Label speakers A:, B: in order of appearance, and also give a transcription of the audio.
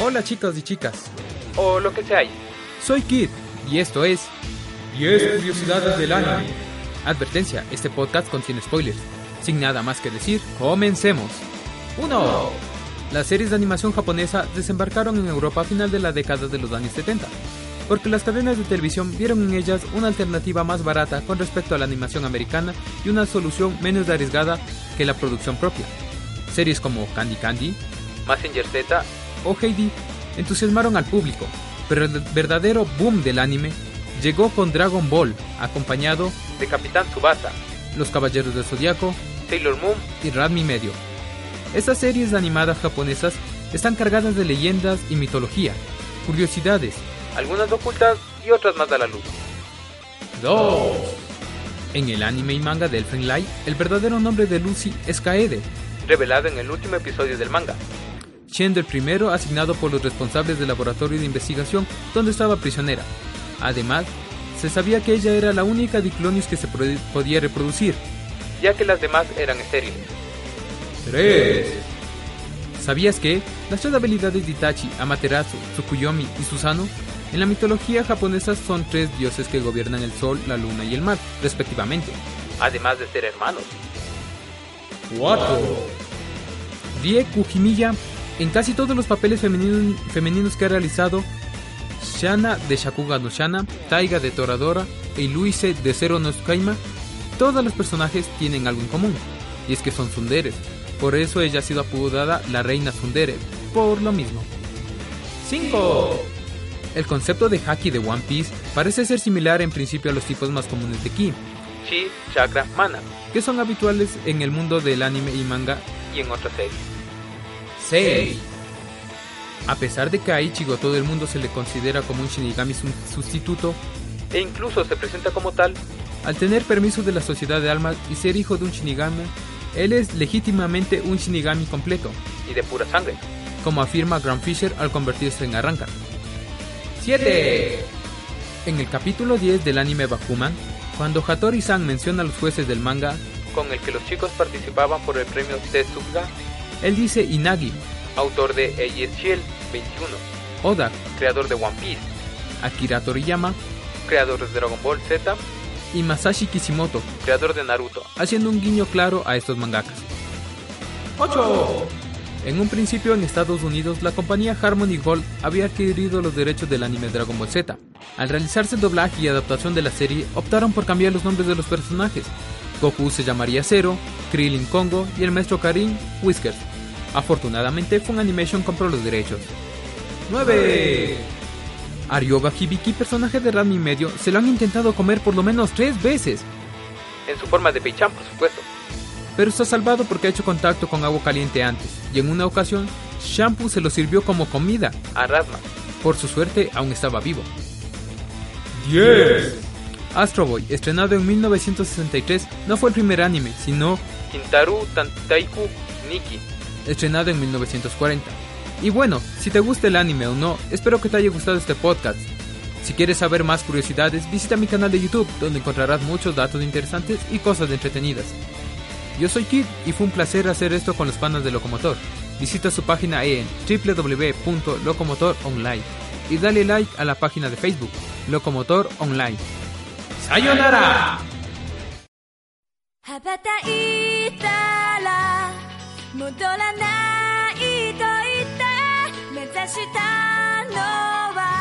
A: Hola chicos y chicas,
B: o lo que sea.
A: soy Kid y esto es 10 curiosidades del anime. Advertencia, este podcast contiene spoilers. Sin nada más que decir, comencemos. 1. Las series de animación japonesa desembarcaron en Europa a final de la década de los años 70, porque las cadenas de televisión vieron en ellas una alternativa más barata con respecto a la animación americana y una solución menos arriesgada que la producción propia. Series como Candy Candy, Messenger Z o Heidi entusiasmaron al público, pero el verdadero boom del anime llegó con Dragon Ball, acompañado
B: De Capitán Tsubasa,
A: Los Caballeros del Zodiaco
B: Sailor Moon,
A: y Radmi Medio. Estas series animadas japonesas están cargadas de leyendas y mitología, curiosidades,
B: algunas ocultas y otras más a la luz.
A: 2. En el anime y manga de Elfen Light, el verdadero nombre de Lucy es Kaede,
B: Revelado en el último episodio del manga.
A: siendo el primero asignado por los responsables del laboratorio de investigación donde estaba prisionera. Además, se sabía que ella era la única Diclonius que se pro- podía reproducir.
B: Ya que las demás eran estériles.
A: 3. ¿Sabías que las tres habilidades de Itachi, Amaterasu, Tsukuyomi y Susano en la mitología japonesa son tres dioses que gobiernan el sol, la luna y el mar, respectivamente?
B: Además de ser hermanos.
A: 4. Rie Kujimilla, en casi todos los papeles femeninos, femeninos que ha realizado, Shana de Shakuga no Shana, Taiga de Toradora y Luise de Zero no Tsukaima, todos los personajes tienen algo en común, y es que son sunderes. Por eso ella ha sido apodada la reina sundere, por lo mismo. 5. El concepto de haki de One Piece parece ser similar en principio a los tipos más comunes de ki,
B: Chi, Chakra, Mana.
A: que son habituales en el mundo del anime y manga
B: Y en otras series.
A: 6. A pesar de que a Ichigo todo el mundo se le considera como un Shinigami sun- sustituto,
B: E incluso se presenta como tal.
A: al tener permiso de la Sociedad de Almas y ser hijo de un Shinigami, él es legítimamente un Shinigami completo,
B: Y de pura sangre.
A: como afirma Grand Fisher al convertirse en Arranca. 7. En el capítulo 10 del anime Bakuman, cuando Hattori-san menciona a los jueces del manga,
B: Con el que los chicos participaban por el premio Tetsuga.
A: él dice Inagi,
B: Autor de Aegis Shield 21.
A: Oda,
B: Creador de One Piece.
A: Akira Toriyama
B: Creador de Dragon Ball Z.
A: y Masashi Kishimoto,
B: Creador de Naruto.
A: haciendo un guiño claro a estos mangakas. 8. En un principio en Estados Unidos, la compañía Harmony Gold había adquirido los derechos del anime Dragon Ball Z. Al realizarse el doblaje y adaptación de la serie, optaron por cambiar los nombres de los personajes. Goku se llamaría Zero, Krillin Congo y el maestro Karin Whiskers. Afortunadamente, Funimation compró los derechos. 9. Aryoga Hibiki, personaje de Ranma y medio, se lo han intentado comer por lo menos tres veces,
B: En su forma de Peichan, por supuesto.
A: pero está salvado porque ha hecho contacto con agua caliente antes, y en una ocasión, Shampoo se lo sirvió como comida.
B: A Rasma.
A: Por su suerte, aún estaba vivo. 10. Astro Boy, estrenado en 1963, no fue el primer anime, sino
B: Kintaru, Tantaiku, Niki.
A: estrenado en 1940. Y bueno, si te gusta el anime o no, espero que te haya gustado este podcast. Si quieres saber más curiosidades, visita mi canal de YouTube, donde encontrarás muchos datos interesantes y cosas entretenidas. Yo soy Kid y fue un placer hacer esto con los panas de Locomotor. Visita su página en www.locomotoronline y dale like a la página de Facebook, Locomotor Online. ¡Sayonara!
C: 羽ばたいたら戻らないと言って目指したのは